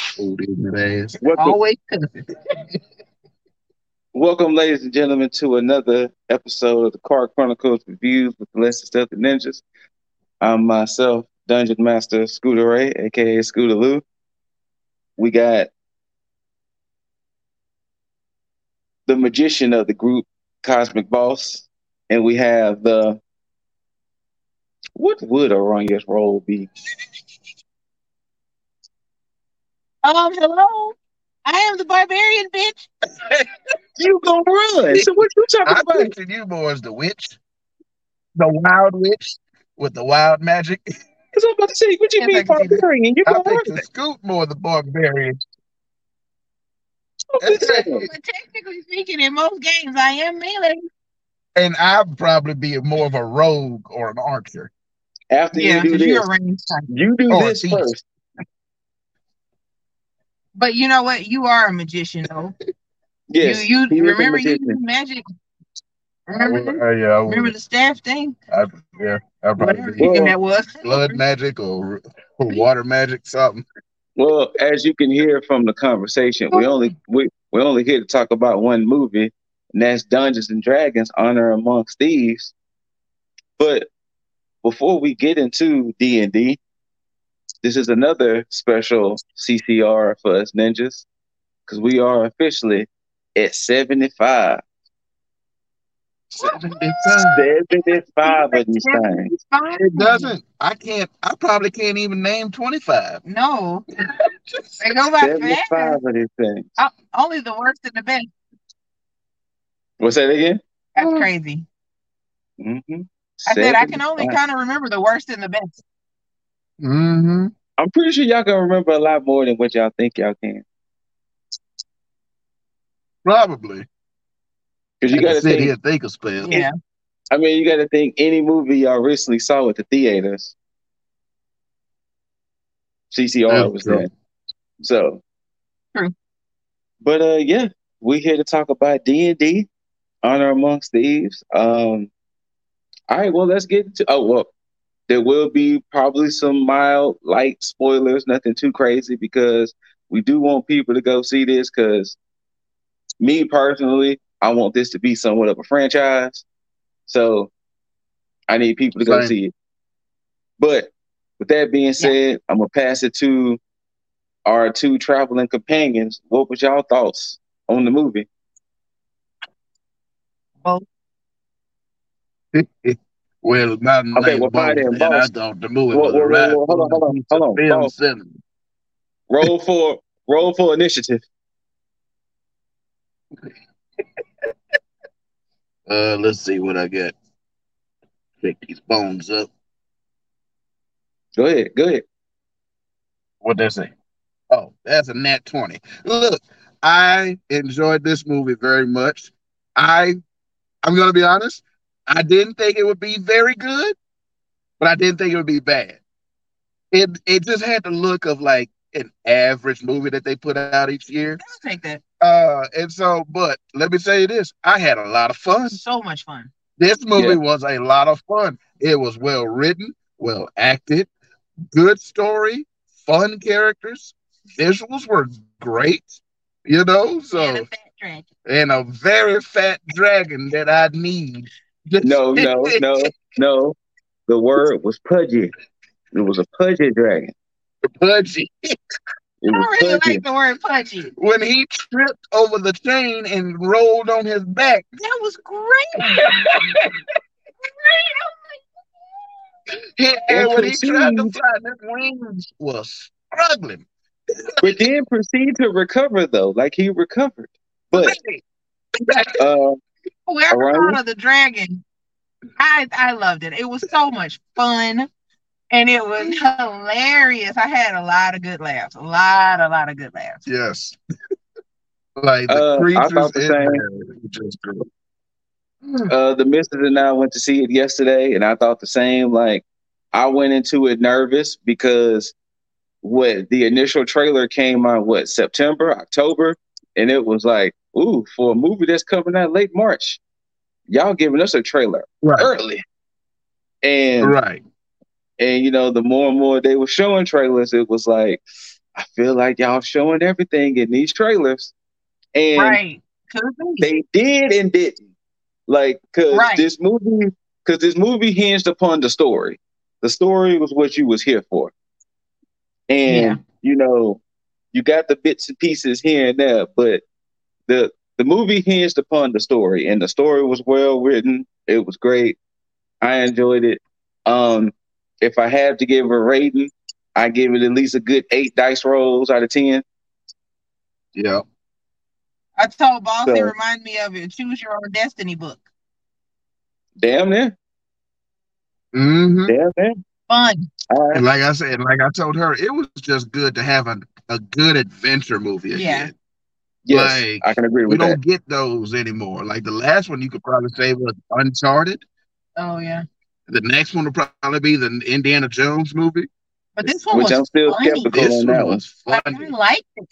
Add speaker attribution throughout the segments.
Speaker 1: food in that ass.
Speaker 2: Welcome,
Speaker 3: Always cussing.
Speaker 2: welcome, ladies and gentlemen, to another episode of the Car Chronicles Reviews with the Less Stuff the Ninjas. I'm myself, Dungeon Master Scooter Ray, aka Scooter Lou. We got the magician of the group, Cosmic Boss, and we have the what would Aranya's role be?
Speaker 3: Um, hello. I am the barbarian bitch.
Speaker 2: You gonna run? So what you talking
Speaker 1: I
Speaker 2: about?
Speaker 1: pictured you more as the witch, the wild witch with the wild magic.
Speaker 2: Because I'm about to say, what you
Speaker 3: Yes, I
Speaker 2: mean
Speaker 3: can do that.
Speaker 2: barbarian? You
Speaker 1: I
Speaker 2: gonna run?
Speaker 1: pictured Scoot more the barbarian.
Speaker 2: I'm just saying.
Speaker 3: But technically speaking, in most games, I am melee.
Speaker 1: And I'd probably be more of a rogue or an archer.
Speaker 2: After you do
Speaker 3: Yeah, because
Speaker 2: this,
Speaker 3: you're a range type.
Speaker 2: you do
Speaker 1: Or
Speaker 2: this
Speaker 1: thieves.
Speaker 2: first.
Speaker 3: But you know what? You are a magician, though.
Speaker 2: Yes,
Speaker 3: you
Speaker 2: he is
Speaker 3: you
Speaker 2: a
Speaker 3: remember you
Speaker 2: magician.
Speaker 3: do magic.
Speaker 1: I
Speaker 3: Remember,
Speaker 1: would-
Speaker 3: this?
Speaker 1: uh, yeah, I
Speaker 3: remember
Speaker 1: would,
Speaker 3: the staff thing,
Speaker 1: I, yeah, I'd
Speaker 3: whatever
Speaker 1: probably be
Speaker 3: thing that was.
Speaker 1: blood magic or, or water magic, something.
Speaker 2: Well, as you can hear from the conversation, we only we we only here to talk about one movie, and that's Dungeons and Dragons: Honor Amongst Thieves. But before we get into D and D, this is another special CCR for us ninjas, because we are officially at seventy five. Seventy five of these things.
Speaker 1: It doesn't. I can't. I probably can't even name twenty five.
Speaker 3: No, they go by
Speaker 2: Seventy five
Speaker 3: fast.
Speaker 2: of these things.
Speaker 3: Uh, Only the worst and the best.
Speaker 2: What's that again?
Speaker 3: That's crazy.
Speaker 2: hmm
Speaker 3: I said I can only kind of remember the worst and the best.
Speaker 1: Mm-hmm.
Speaker 2: I'm pretty sure y'all can remember a lot more than what y'all think y'all can.
Speaker 1: Probably.
Speaker 2: Because you
Speaker 1: I
Speaker 2: got to
Speaker 1: sit
Speaker 2: think.
Speaker 1: here and think of spells.
Speaker 3: Yeah,
Speaker 2: I mean, you got to think. Any movie y'all recently saw at the theaters, CCR
Speaker 1: That's
Speaker 2: was
Speaker 1: true.
Speaker 2: there. So
Speaker 3: True.
Speaker 2: But uh, yeah, we here to talk about D and D, Honor Amongst Thieves. Um, all right, well, let's get into. Oh well, there will be probably some mild, light spoilers, nothing too crazy, because we do want people to go see this. Because me personally, I want this to be somewhat of a franchise, so I need people to go
Speaker 1: Same.
Speaker 2: see it. But with that being said, I'm gonna pass it to our two traveling companions. What was y'all thoughts on the movie?
Speaker 1: well, not in
Speaker 2: Okay,
Speaker 1: okay,
Speaker 2: well, fine then,
Speaker 1: and I
Speaker 2: boss.
Speaker 1: thought the movie
Speaker 2: Whoa,
Speaker 1: was
Speaker 2: whoa,
Speaker 1: a
Speaker 2: whoa,
Speaker 1: rap.
Speaker 2: whoa, hold on, hold on, hold on,
Speaker 1: Film
Speaker 2: pause.
Speaker 1: cinema.
Speaker 2: Roll for roll for initiative.
Speaker 1: Uh, let's see what I got. Pick these bones up.
Speaker 2: Go ahead, go ahead.
Speaker 1: What they say? Oh, that's a nat twenty. Look, I enjoyed this movie very much. I, I'm gonna be honest. I didn't think it would be very good, but I didn't think it would be bad. It it just had the look of like an average movie that they put out each year.
Speaker 3: I'll take that.
Speaker 1: Uh, and so, but let me say this: I had a lot of fun.
Speaker 3: So much fun.
Speaker 1: This movie
Speaker 2: Yeah.
Speaker 1: was a lot of fun. It was well written, well acted, good story, fun characters. Visuals were great, you know.
Speaker 3: and
Speaker 1: So,
Speaker 3: a fat dragon.
Speaker 1: and a very fat dragon that I need.
Speaker 2: No, no, no, no. The word was pudgy. It was a pudgy dragon.
Speaker 1: Pudgy.
Speaker 2: It
Speaker 3: I don't
Speaker 2: was
Speaker 3: really
Speaker 2: pudgy.
Speaker 3: like the word pudgy.
Speaker 1: When he tripped over the chain and rolled on his back,
Speaker 3: That was great.
Speaker 1: he- and when he tried to
Speaker 2: Interesting.
Speaker 1: fly, his wings were struggling.
Speaker 2: But then proceed to recover though. Like he recovered. But uh
Speaker 3: Whoever
Speaker 2: Alright.
Speaker 3: thought of the dragon, I I loved it. It was so much fun, and it was hilarious. I had a lot of good laughs. A lot, a lot of good laughs.
Speaker 1: Yes. like the
Speaker 2: Uh, I
Speaker 1: creatures
Speaker 2: thought the
Speaker 1: in
Speaker 2: same.
Speaker 1: there were just great.
Speaker 2: uh the missus and I went to see it yesterday and I thought the same. Like I went into it nervous because what the initial trailer came out what September, October, and it was like, ooh, for a movie that's coming out late March, y'all giving us a trailer
Speaker 1: Right.
Speaker 2: early. And
Speaker 1: Right.
Speaker 2: and you know, the more and more they were showing trailers, it was like, I feel like y'all showing everything in these trailers, and
Speaker 3: right. Could be.
Speaker 2: they did and didn't. Like, cause
Speaker 3: Right.
Speaker 2: this movie, cause this movie hinged upon the story. The story was what you was here for, and
Speaker 3: Yeah.
Speaker 2: you know, you got the bits and pieces here and there, but the the movie hinged upon the story, and the story was well written. It was great. I enjoyed it. Um, if I had to give a rating, I give it at least a good eight dice rolls out of ten.
Speaker 1: Yeah.
Speaker 3: I told Boss
Speaker 2: So-
Speaker 3: it reminded me of it. Choose your own destiny book.
Speaker 2: Damn near,
Speaker 3: Mm-hmm.
Speaker 1: hmm
Speaker 2: damn near.
Speaker 3: Fun.
Speaker 2: All right.
Speaker 1: And like I said, like I told her, it was just good to have a, a good adventure movie
Speaker 3: Yeah.
Speaker 1: again.
Speaker 2: Yes,
Speaker 1: Like,
Speaker 2: I can agree
Speaker 1: We
Speaker 2: with that.
Speaker 1: don't get those anymore. Like the last one you could probably say was Uncharted.
Speaker 3: Oh yeah.
Speaker 1: The next one will probably be the Indiana Jones movie.
Speaker 3: But this one
Speaker 2: Which
Speaker 3: was
Speaker 2: I'm still
Speaker 3: funny.
Speaker 2: skeptical.
Speaker 1: This
Speaker 2: on
Speaker 1: one
Speaker 2: that one.
Speaker 1: was
Speaker 3: like,
Speaker 1: funny.
Speaker 3: I liked it.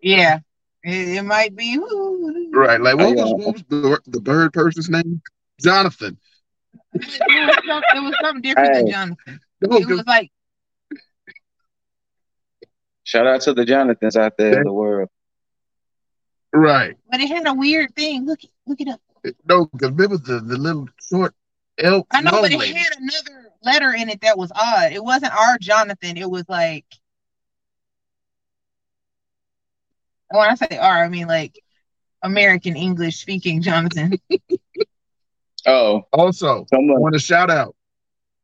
Speaker 3: Yeah. It, it might be ooh.
Speaker 1: Right. Like what
Speaker 2: Oh,
Speaker 1: was
Speaker 2: yeah.
Speaker 1: what was the, the bird person's name? Jonathan.
Speaker 3: it, was some, it was something different than
Speaker 2: Hey.
Speaker 3: Jonathan.
Speaker 1: Those
Speaker 3: It was like
Speaker 2: Shout out to the Jonathans out there in the world.
Speaker 1: Right.
Speaker 3: but it had a weird thing. Look look it up.
Speaker 1: No, because remember the, the little short elk.
Speaker 3: I know, but
Speaker 1: lonely.
Speaker 3: it had another letter in it that was odd. It wasn't our Jonathan. It was like oh, when I say our, I mean like American English speaking Jonathan.
Speaker 2: Oh,
Speaker 1: Also, I
Speaker 2: someone.
Speaker 1: want to shout out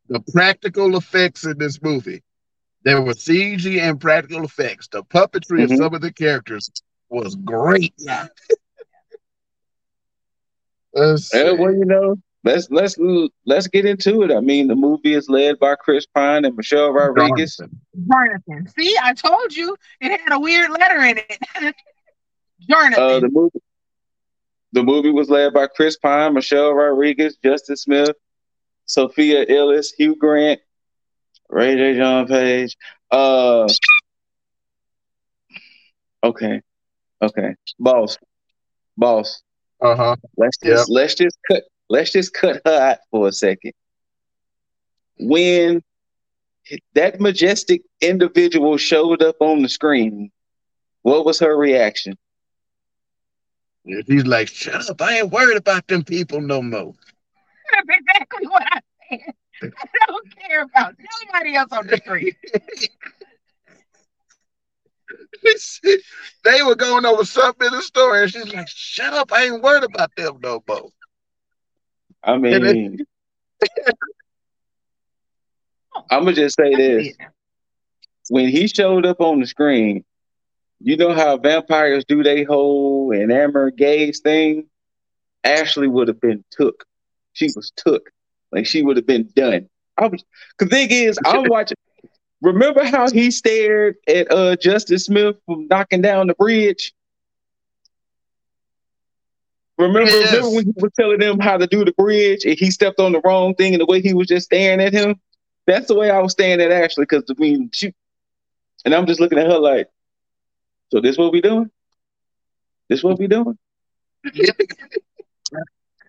Speaker 1: the practical effects in this movie. There were CG and practical effects. The puppetry of
Speaker 2: Mhm.
Speaker 1: some of the characters was great.
Speaker 3: Yeah.
Speaker 1: Let's
Speaker 2: Yeah,
Speaker 1: see.
Speaker 2: well, you know, let's let's let's get into it. I mean, the movie is led by Chris Pine and Michelle Rodriguez.
Speaker 1: Jonathan.
Speaker 3: Jonathan. See, I told you it had a weird letter in it. Jonathan.
Speaker 2: Uh, the movie. The movie was led by Chris Pine, Michelle Rodriguez, Justin Smith, Sophia Ellis, Hugh Grant, Ray J. John Page. Uh, okay, okay, boss, boss.
Speaker 1: Uh huh.
Speaker 2: Let's just let's just cut let's just cut her out for a second. When that majestic individual showed up on the screen, what was her reaction?
Speaker 1: He's like, shut up. I ain't worried about them people no more.
Speaker 3: That's exactly what I said. I don't care about nobody else on the street.
Speaker 1: they were going over something in the store, and she's like, shut up. I ain't worried about them no more.
Speaker 2: I mean, I'm gonna just say this: when he showed up on the screen, you know how vampires do they whole enamored gaze thing. Ashley would have been took. She was took. Like she would have been done. I was. The thing is, I'm watching. Remember how he stared at uh Justin Smith from knocking down the bridge? Remember,
Speaker 1: Yes.
Speaker 2: remember when he was telling them how to do the bridge and he stepped on the wrong thing and the way he was just staring at him? That's the way I was staring at Ashley because I mean she and I'm just looking at her like, so this what we doing? This what we doing?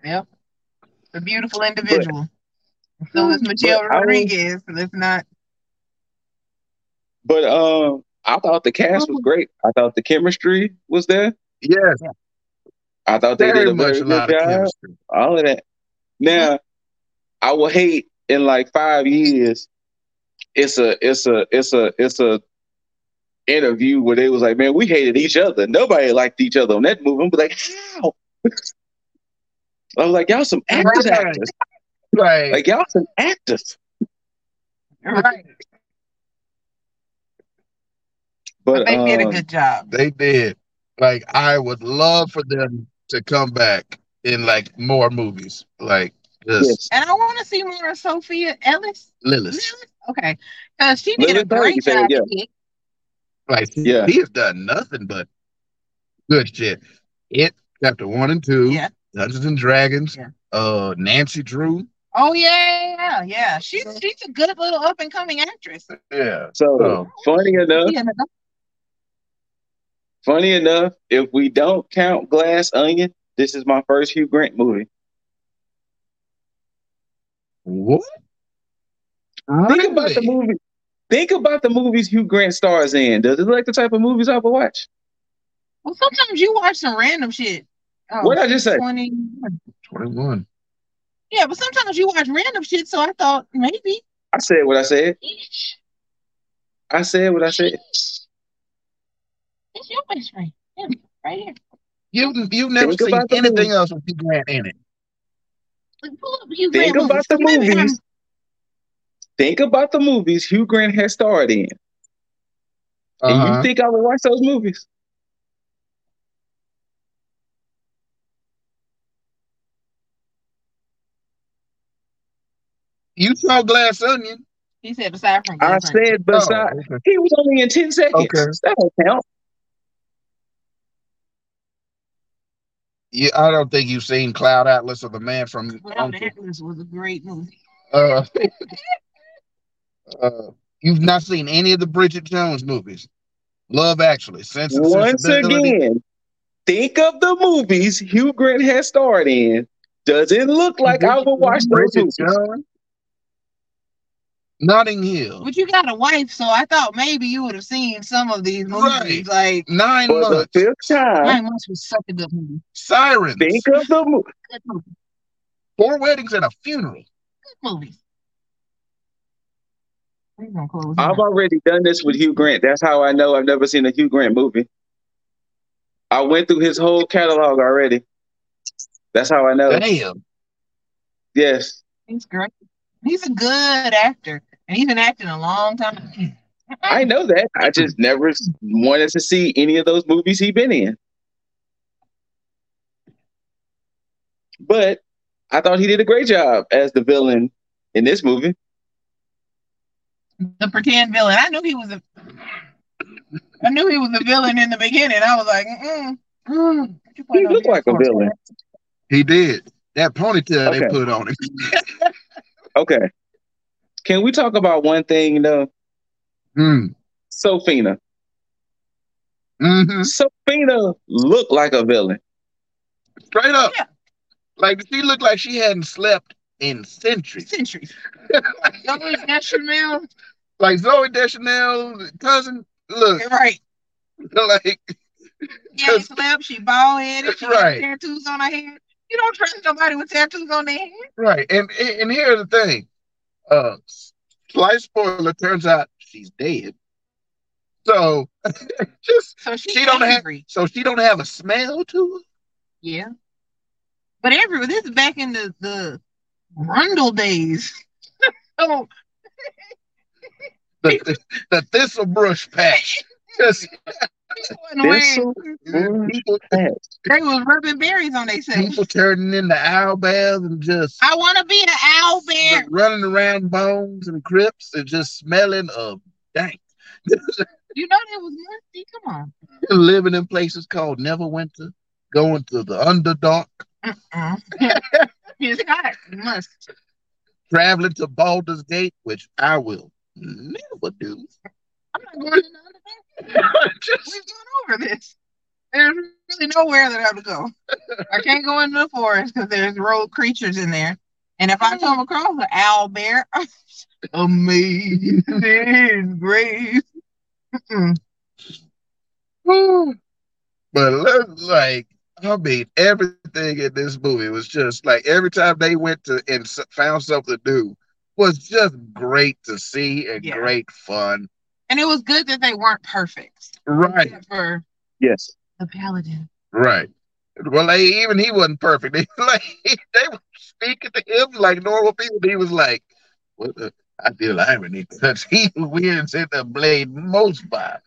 Speaker 3: A beautiful individual. so is Michelle
Speaker 2: but I was-
Speaker 3: Rodriguez. Let's not.
Speaker 2: But um, I thought the cast was great. I thought the chemistry was there.
Speaker 1: Yes,
Speaker 2: I thought they did
Speaker 1: very
Speaker 2: a
Speaker 1: much
Speaker 2: very
Speaker 1: a lot
Speaker 2: good
Speaker 1: of
Speaker 2: job.
Speaker 1: chemistry.
Speaker 2: all of that. Now, I will hate in like five years. It's a it's a it's a it's a interview where they was like, man, we hated each other. Nobody liked each other on that movie. I'm like, how? I was like, y'all some actors,
Speaker 1: Right.
Speaker 2: actors.
Speaker 1: Right.
Speaker 2: Like y'all some actors.
Speaker 3: Right.
Speaker 2: But
Speaker 3: But they did a
Speaker 2: um,
Speaker 3: good job.
Speaker 1: They did. Like I would love for them to come back in like more movies. Like this
Speaker 2: yes.
Speaker 3: And I want to see more of Sophia Ellis.
Speaker 1: Lilith.
Speaker 3: Okay. Because she did a
Speaker 2: Lilith Burton, you
Speaker 3: great
Speaker 2: said,
Speaker 3: job.
Speaker 2: yeah.
Speaker 3: Nick.
Speaker 1: Like she-
Speaker 2: Yeah.
Speaker 1: she has done nothing but good shit. It chapter one and two,
Speaker 3: Yeah.
Speaker 1: Dungeons and Dragons,
Speaker 3: Yeah.
Speaker 1: uh Nancy Drew.
Speaker 3: Oh, yeah, yeah, yeah. She's, she's a good little up and coming actress.
Speaker 1: Yeah.
Speaker 2: So
Speaker 1: Oh.
Speaker 2: funny enough,
Speaker 3: Yeah, no,
Speaker 2: funny enough, if we don't count Glass Onion, this is my first Hugh Grant movie.
Speaker 1: What?
Speaker 2: Think about the
Speaker 1: Really?
Speaker 2: movie. Think about the movies Hugh Grant stars in. Does it look like the type of movies I would watch?
Speaker 3: Well, sometimes you watch some random shit. Oh,
Speaker 2: What'd I just say?
Speaker 3: 20.
Speaker 1: Twenty-one.
Speaker 3: Yeah, but sometimes you watch random shit, so I thought maybe.
Speaker 2: I said what I said. I said what I said.
Speaker 3: It's your best friend. Yeah, right here.
Speaker 1: You you've never
Speaker 2: Think
Speaker 1: seen
Speaker 2: about the
Speaker 1: anything
Speaker 2: movie.
Speaker 1: else with Hugh Grant in it.
Speaker 3: Like, pull up Hugh
Speaker 2: Think
Speaker 3: Grant
Speaker 2: about the
Speaker 3: Maybe I'm-
Speaker 2: movies. Think about the movies Hugh Grant has starred in. And you
Speaker 1: Uh-huh.
Speaker 2: think I would watch those movies?
Speaker 1: You, saw Glass Onion.
Speaker 3: He said aside from
Speaker 2: I
Speaker 3: Glass Onion.
Speaker 2: said besides
Speaker 1: Oh, okay.
Speaker 2: he was only in 10 seconds.
Speaker 1: Okay.
Speaker 2: That don't count.
Speaker 1: Yeah, I don't think you've seen Cloud Atlas or The Man from um,
Speaker 3: Well,
Speaker 1: Uncle.
Speaker 3: that was was a great movie.
Speaker 1: Uh, uh, you've not seen any of the Bridget Jones movies. Love Actually, Sense and
Speaker 2: Once
Speaker 1: Sensibility.
Speaker 2: again, think of the movies Hugh Grant has starred in. Does it look like I would watch those
Speaker 1: Bridget
Speaker 2: movies?
Speaker 1: Jones. Notting Hill.
Speaker 3: But you got a wife, so I thought maybe you would have seen some of these movies. Like
Speaker 1: Nine
Speaker 2: For the
Speaker 1: months.
Speaker 2: fifth time,
Speaker 3: Nine Months was such a good movie.
Speaker 1: Sirens.
Speaker 2: think of the movie.
Speaker 3: Good movie.
Speaker 1: Four weddings and a funeral.
Speaker 3: Good movies. We're gonna close.
Speaker 2: I've already done this with Hugh Grant. That's how I know I've never seen a Hugh Grant movie. I went through his whole catalog already. That's how I know.
Speaker 1: Damn.
Speaker 2: Yes.
Speaker 3: He's great. He's a good actor, and he's been acting a long time.
Speaker 2: I know that. I just never s- wanted to see any of those movies he been in. But I thought he did a great job as the villain in this movie.
Speaker 3: The pretend villain. I knew he was a. I knew he was a villain in the beginning. I was like, mm. mm. What you putting
Speaker 2: He
Speaker 3: on
Speaker 2: looked
Speaker 3: there
Speaker 2: like a
Speaker 3: for?
Speaker 2: villain.
Speaker 1: He did. That ponytail they
Speaker 2: Okay.
Speaker 1: put on him.
Speaker 2: Okay. Can we talk about one thing though?
Speaker 1: Hmm.
Speaker 2: Sophina.
Speaker 1: hmm
Speaker 2: Sophina looked like a villain.
Speaker 1: Straight up.
Speaker 3: Yeah.
Speaker 1: Like she looked like she hadn't slept in centuries.
Speaker 3: Centuries. Y'all know that Chanel?
Speaker 1: Like Zoe Deschanel, cousin, look,
Speaker 3: Right.
Speaker 1: like
Speaker 3: Yeah, she slept. She bald headed. She
Speaker 1: Right.
Speaker 3: had tattoos on her head. You don't trust nobody with tattoos on their head.
Speaker 1: right. And and and here's the thing. Uh slight spoiler, turns out she's dead. So just
Speaker 3: So she,
Speaker 1: She don't have-
Speaker 3: angry.
Speaker 1: so she don't have a smell to
Speaker 3: Yeah. But every this is back in the the Grundle days. Oh, so
Speaker 1: her. The, the, the thistle brush patch. Just
Speaker 3: people wasn't wearing-
Speaker 1: people,
Speaker 3: they was rubbing berries on themselves.
Speaker 1: people turning into owl bears and just
Speaker 3: I want to be an owl bear.
Speaker 1: just running around bones and crypts and just smelling of dank.
Speaker 3: You know that was musty. Come on.
Speaker 1: Living in places called Neverwinter, going to the Underdark,
Speaker 3: Mm-mm. it's hot. Must.
Speaker 1: traveling to Baldur's Gate, which I will never do.
Speaker 3: I'm not going to another day.
Speaker 1: Just-
Speaker 3: We've gone over this. There's really nowhere that I would go. I can't go into the forest because there's rogue creatures in there. And if I come across an owl bear, amazing grace. Mm-mm.
Speaker 1: but look like I mean everything in this movie was just like every time they went to and s- found something new was just great to see and
Speaker 3: Yeah.
Speaker 1: great fun.
Speaker 3: And it was good that they weren't perfect.
Speaker 1: Right.
Speaker 3: Except For
Speaker 2: Yes.
Speaker 3: the paladin.
Speaker 1: Right. Well, they, even he wasn't perfect. They, like, they were speaking to him like normal people. He was like, "What the, I feel irony because he wins in the blade most by."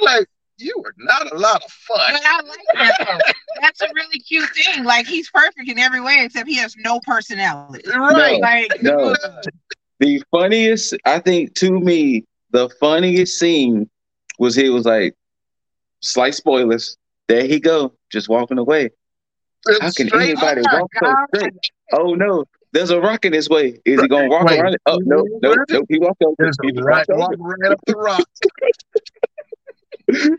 Speaker 1: Like you were not a lot of fun.
Speaker 3: But I like that though. That's a really cute thing. Like he's perfect in every way except he has no personality.
Speaker 1: Right.
Speaker 3: Like
Speaker 2: No. The funniest, I think, to me, the funniest scene was he was like, slight spoilers. There he go, just walking away. How can
Speaker 1: Straight
Speaker 2: anybody
Speaker 1: up.
Speaker 2: walk so
Speaker 3: God.
Speaker 2: straight? Oh no, there's a rock in his way. Is he gonna walk
Speaker 1: Wait.
Speaker 2: around it? Oh no, no, no. He walked over.
Speaker 1: Just
Speaker 2: He just
Speaker 1: right,
Speaker 2: walked over.
Speaker 1: walk right up the rock.
Speaker 3: wonder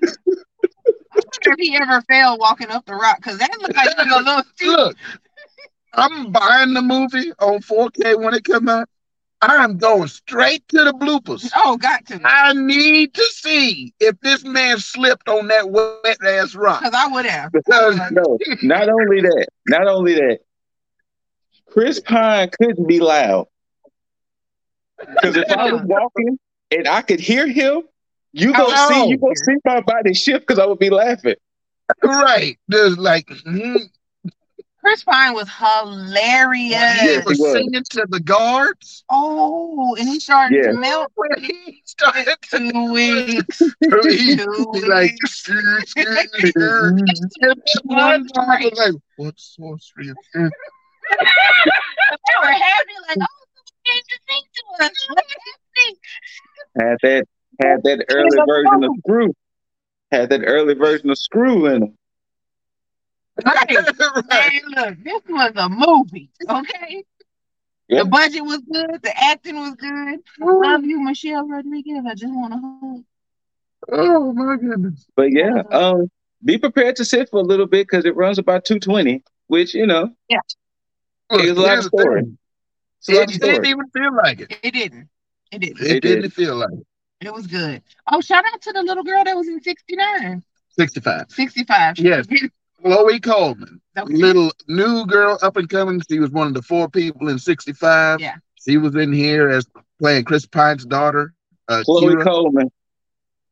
Speaker 3: if he ever failed walking up the rock because that looked like he was a little stupid.
Speaker 1: Look, I'm buying the movie on 4K when it come out. I'm going straight to the bloopers.
Speaker 3: Oh, got to.
Speaker 1: I need to see if this man slipped on that wet ass rock.
Speaker 3: Because I would have.
Speaker 1: Because
Speaker 2: No, not only that, not only that, Chris Pine couldn't be loud. Because if I was walking and I could hear him, you gonna
Speaker 1: I know.
Speaker 2: see you gonna see my body shift because I would be laughing.
Speaker 1: right, there's like mhm.
Speaker 3: Chris Pine was
Speaker 1: he
Speaker 3: hilarious.
Speaker 2: Yes,
Speaker 1: was
Speaker 2: he was.
Speaker 1: singing to the guards.
Speaker 3: Oh, and he started
Speaker 2: Yeah.
Speaker 3: to melt
Speaker 1: When he started to
Speaker 3: two weeks.
Speaker 1: he,
Speaker 3: Two
Speaker 1: he like,
Speaker 3: weeks.
Speaker 1: and then one time I was like, what sorcery? is
Speaker 3: they were happy, like, oh, came to sing to us. What happened?
Speaker 2: Had that had that early version of screw. Had that early version of screw in him.
Speaker 3: Right.
Speaker 1: this?" right.
Speaker 3: Man, look, this was a movie, okay?
Speaker 2: Yeah.
Speaker 3: The budget was good. The acting was good. Love you, Michelle Rodriguez. I just want to hug.
Speaker 1: Oh my goodness.
Speaker 2: But yeah, um, be prepared to sit for a little bit because it runs about two twenty, which you know,
Speaker 1: Look,
Speaker 2: It's a lot of
Speaker 1: here's the
Speaker 2: story.
Speaker 1: thing.
Speaker 2: it's a lot of
Speaker 1: It didn't
Speaker 2: story.
Speaker 1: even feel like it.
Speaker 3: It didn't. It didn't.
Speaker 1: It
Speaker 2: It
Speaker 1: didn't
Speaker 2: did.
Speaker 1: feel like it.
Speaker 3: It was good. Oh, shout out to the little girl that was in 69,
Speaker 1: 65.
Speaker 3: 65.
Speaker 1: Yes. Chloe Coleman,
Speaker 3: Okay.
Speaker 1: little new girl up and coming. She was one of the four people in 65.
Speaker 3: Yeah.
Speaker 1: She was in here as playing Chris Pine's daughter. Uh,
Speaker 2: Chloe
Speaker 1: Kira.
Speaker 2: Coleman.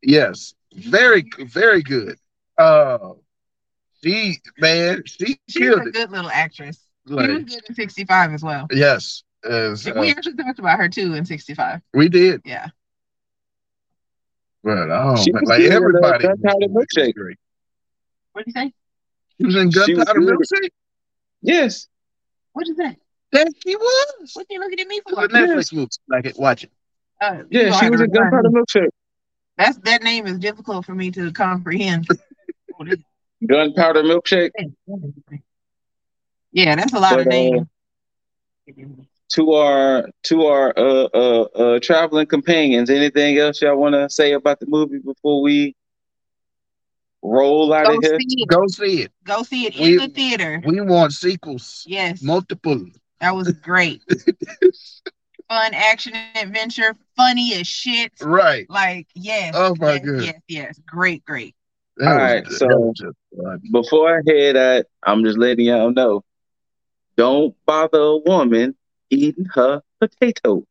Speaker 1: Yes. Very, very good. Uh, she, man, she
Speaker 3: She's
Speaker 1: killed
Speaker 3: a
Speaker 1: it.
Speaker 3: good little actress.
Speaker 1: Like,
Speaker 3: She was good in 65 as well.
Speaker 1: yes. As, uh,
Speaker 3: we actually talked about her too in 65.
Speaker 1: we did.
Speaker 3: Yeah.
Speaker 1: But, oh,
Speaker 2: She
Speaker 1: man,
Speaker 2: was
Speaker 1: like
Speaker 2: good in, uh,
Speaker 1: everybody.
Speaker 2: Gunpowder Milkshake.
Speaker 3: What did you say?
Speaker 1: She was in
Speaker 2: She was
Speaker 1: Gunpowder
Speaker 2: good.
Speaker 1: Milkshake?
Speaker 2: Yes.
Speaker 3: What is that?
Speaker 1: That she was.
Speaker 3: What you looking at me
Speaker 1: It
Speaker 3: for?
Speaker 1: was a Netflix movie. Like it. Watch it.
Speaker 3: Uh, you
Speaker 2: Yeah,
Speaker 3: gonna
Speaker 2: she
Speaker 3: have
Speaker 2: was
Speaker 3: to
Speaker 2: in Gunpowder
Speaker 3: remind me.
Speaker 2: Milkshake.
Speaker 3: That's that name is difficult for me to comprehend.
Speaker 2: Gunpowder Milkshake,
Speaker 3: yeah, that's a lot of
Speaker 2: But, uh,
Speaker 3: names.
Speaker 2: to our to our uh, uh, uh, traveling companions. Anything else y'all want to say about the movie before we roll out
Speaker 3: Go
Speaker 2: of here?
Speaker 3: see it.
Speaker 1: Go see it.
Speaker 3: Go see it
Speaker 1: We-
Speaker 3: in the theater.
Speaker 1: We want sequels.
Speaker 3: Yes,
Speaker 1: Multiple.
Speaker 3: that was great. Fun action adventure, funny as shit.
Speaker 1: Right.
Speaker 3: Like yes.
Speaker 1: Oh my
Speaker 3: yes,
Speaker 1: goodness.
Speaker 3: yes, yes. Great, great.
Speaker 1: That
Speaker 2: All
Speaker 1: was
Speaker 2: right,
Speaker 1: good.
Speaker 2: so-
Speaker 1: That was just fun.
Speaker 2: Before I head out, I'm just letting y'all know. Don't bother a woman eating her potatoes.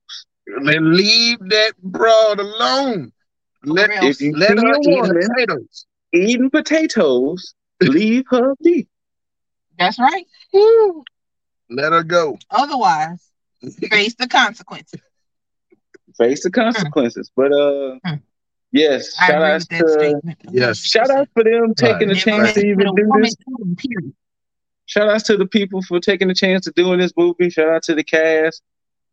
Speaker 1: Let- leave that broad alone. Let,
Speaker 3: real.
Speaker 2: If you
Speaker 1: let
Speaker 2: see
Speaker 1: her
Speaker 2: a
Speaker 1: eat her
Speaker 2: woman
Speaker 1: potatoes.
Speaker 2: eating potatoes, leave her be.
Speaker 3: That's right.
Speaker 1: Woo. Let her go.
Speaker 3: Otherwise, face the consequences.
Speaker 2: Face the consequences. But uh,
Speaker 3: Hmm.
Speaker 2: yes,
Speaker 3: I
Speaker 2: shout
Speaker 3: agree
Speaker 2: out
Speaker 3: with that
Speaker 2: to
Speaker 3: statement.
Speaker 1: Yes.
Speaker 2: shout out for them taking the
Speaker 3: Never
Speaker 2: chance
Speaker 3: mess
Speaker 2: to
Speaker 3: with a
Speaker 2: even do
Speaker 3: woman,
Speaker 2: this.
Speaker 3: period.
Speaker 2: shout outs to the people for taking the chance to doing this movie. Shout out to the cast.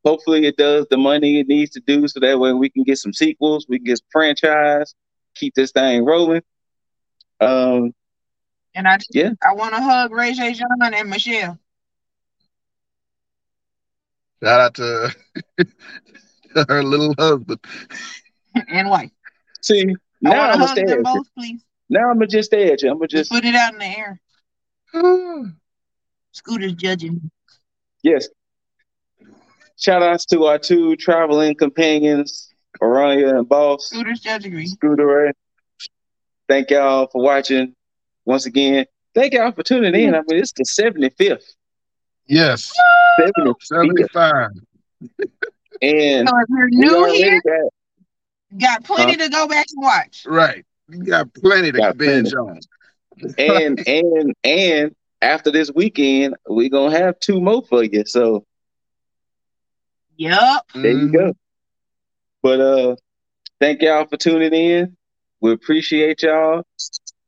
Speaker 2: Hopefully it does the money it needs to do so that way we can get some sequels, we can get some franchise, keep this thing rolling. Um
Speaker 3: And I just,
Speaker 2: Yeah.
Speaker 3: I want to hug Ray J. John and Michelle.
Speaker 1: Shout out to to her little husband.
Speaker 3: and wife.
Speaker 2: see,
Speaker 3: I
Speaker 2: now
Speaker 3: want
Speaker 2: I'm
Speaker 3: to
Speaker 2: gonna stay at
Speaker 3: hug them
Speaker 2: you.
Speaker 3: both, please.
Speaker 2: Now I'm gonna just stay at you. I'm gonna
Speaker 3: Just
Speaker 2: just
Speaker 3: put it out in the air.
Speaker 1: Woo.
Speaker 3: Scooter's judging.
Speaker 2: yes. Shout outs to our two traveling companions, Aranya and Boss.
Speaker 3: Scooter's judging me.
Speaker 2: Scooter Ray. Thank y'all for watching. Once again, thank y'all for tuning in. I mean, it's the 75th.
Speaker 1: Yes.
Speaker 2: 75th.
Speaker 1: 75.
Speaker 2: And
Speaker 3: So if you're
Speaker 2: we
Speaker 3: new
Speaker 2: already
Speaker 3: here,
Speaker 2: got-
Speaker 3: got plenty to go back and watch.
Speaker 1: Right. You got plenty to
Speaker 2: Got
Speaker 1: binge on.
Speaker 2: and and and after this weekend, we're gonna have two more for you. So
Speaker 3: Yup.
Speaker 2: there you go. But uh thank y'all for tuning in. We appreciate y'all.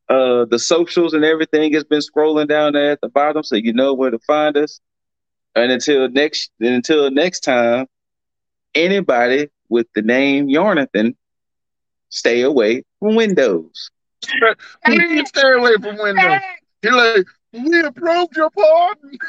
Speaker 2: Uh the socials and everything has been scrolling down there at the bottom so you know where to find us. And until next until next time, anybody with the name Yarnathan, stay away from Windows.
Speaker 1: Please Mm-hmm. stay away from windows. You're like, we approved your pardon.